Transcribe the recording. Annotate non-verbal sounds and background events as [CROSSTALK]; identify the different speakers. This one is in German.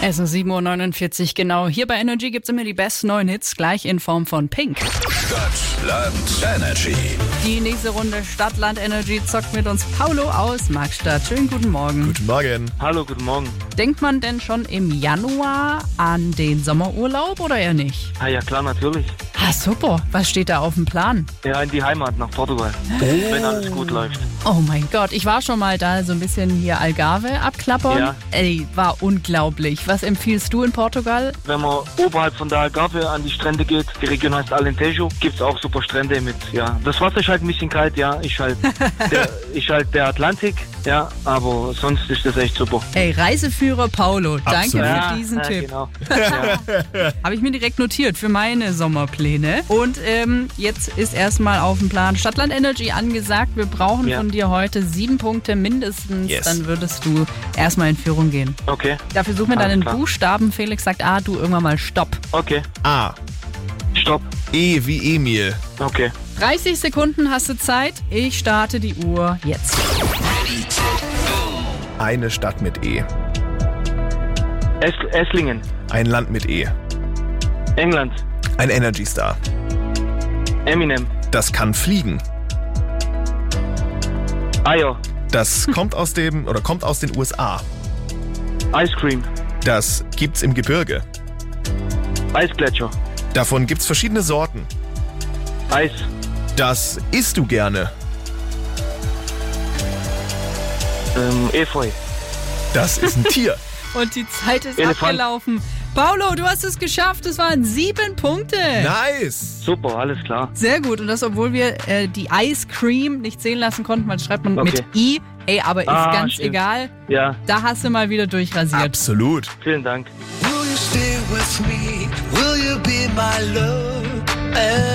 Speaker 1: Es ist 7.49 Uhr, genau. Hier bei Energy gibt es immer die besten neuen Hits, gleich in Form von Pink.
Speaker 2: Stadtland Energy.
Speaker 1: Die nächste Runde Stadtland Energy zockt mit uns Paulo aus Markstadt. Schönen guten Morgen.
Speaker 3: Guten Morgen.
Speaker 4: Hallo, guten Morgen.
Speaker 1: Denkt man denn schon im Januar an den Sommerurlaub oder eher nicht?
Speaker 4: Ah, ja, klar, natürlich.
Speaker 1: Ah, super. Was steht da auf dem Plan?
Speaker 4: Ja, in die Heimat nach Portugal. Wenn alles gut läuft.
Speaker 1: Oh mein Gott, ich war schon mal da, so ein bisschen hier Algarve abklappern.
Speaker 4: Ja.
Speaker 1: Ey, war unglaublich. Was empfiehlst du in Portugal?
Speaker 4: Wenn man oberhalb von der Algarve an die Strände geht, die Region heißt Alentejo, gibt's auch super Strände mit, ja. Das Wasser ist halt ein bisschen kalt, ja, ist [LAUGHS] halt, der, ist halt der Atlantik, ja, aber sonst ist das echt super.
Speaker 1: Ey, Reiseführer Paulo, danke
Speaker 3: Absolut.
Speaker 1: für
Speaker 4: Ja,
Speaker 1: diesen
Speaker 4: [LAUGHS] ja,
Speaker 1: Tipp.
Speaker 4: Genau.
Speaker 1: Habe ich mir direkt notiert für meine Sommerpläne. Und ähm, jetzt ist erstmal auf dem Plan Stadtland Energy angesagt. Wir brauchen
Speaker 4: Ja.
Speaker 1: von dir heute sieben Punkte mindestens.
Speaker 3: Yes.
Speaker 1: Dann würdest du erstmal in Führung gehen.
Speaker 4: Okay,
Speaker 1: Dafür suchen wir
Speaker 4: Alles
Speaker 1: deinen
Speaker 4: klar.
Speaker 1: Buchstaben. Felix sagt A, du irgendwann mal Stopp.
Speaker 4: okay,
Speaker 3: A.
Speaker 4: stopp,
Speaker 3: E wie Emil.
Speaker 4: okay.
Speaker 1: 30 Sekunden hast du Zeit. Ich starte die Uhr jetzt.
Speaker 3: Eine Stadt mit E.
Speaker 4: Es Esslingen,
Speaker 3: Ein Land mit E.
Speaker 4: England,
Speaker 3: Ein Energy Star.
Speaker 4: Eminem,
Speaker 3: Das kann fliegen.
Speaker 4: Eier,
Speaker 3: Das kommt aus dem oder kommt aus den USA.
Speaker 4: Ice Cream,
Speaker 3: Das gibt's im Gebirge.
Speaker 4: Eisgletscher,
Speaker 3: Davon gibt's verschiedene Sorten.
Speaker 4: Eis,
Speaker 3: Das isst du gerne.
Speaker 4: ähm, Efeu,
Speaker 3: Das ist ein Tier.
Speaker 1: Und die Zeit ist
Speaker 4: Elefant.
Speaker 1: abgelaufen. Paulo, du hast es geschafft. Es waren sieben Punkte.
Speaker 3: Nice.
Speaker 4: super, alles klar.
Speaker 1: Sehr gut. Und das, obwohl wir äh, die Ice Cream nicht sehen lassen konnten. Man schreibt man
Speaker 4: Okay.
Speaker 1: mit I. Ey, aber ist
Speaker 4: Ah,
Speaker 1: ganz
Speaker 4: stimmt.
Speaker 1: egal.
Speaker 4: Ja,
Speaker 1: Da hast du mal wieder durchrasiert.
Speaker 3: Absolut.
Speaker 4: vielen Dank.
Speaker 5: Will you stay with me? Will you be my love?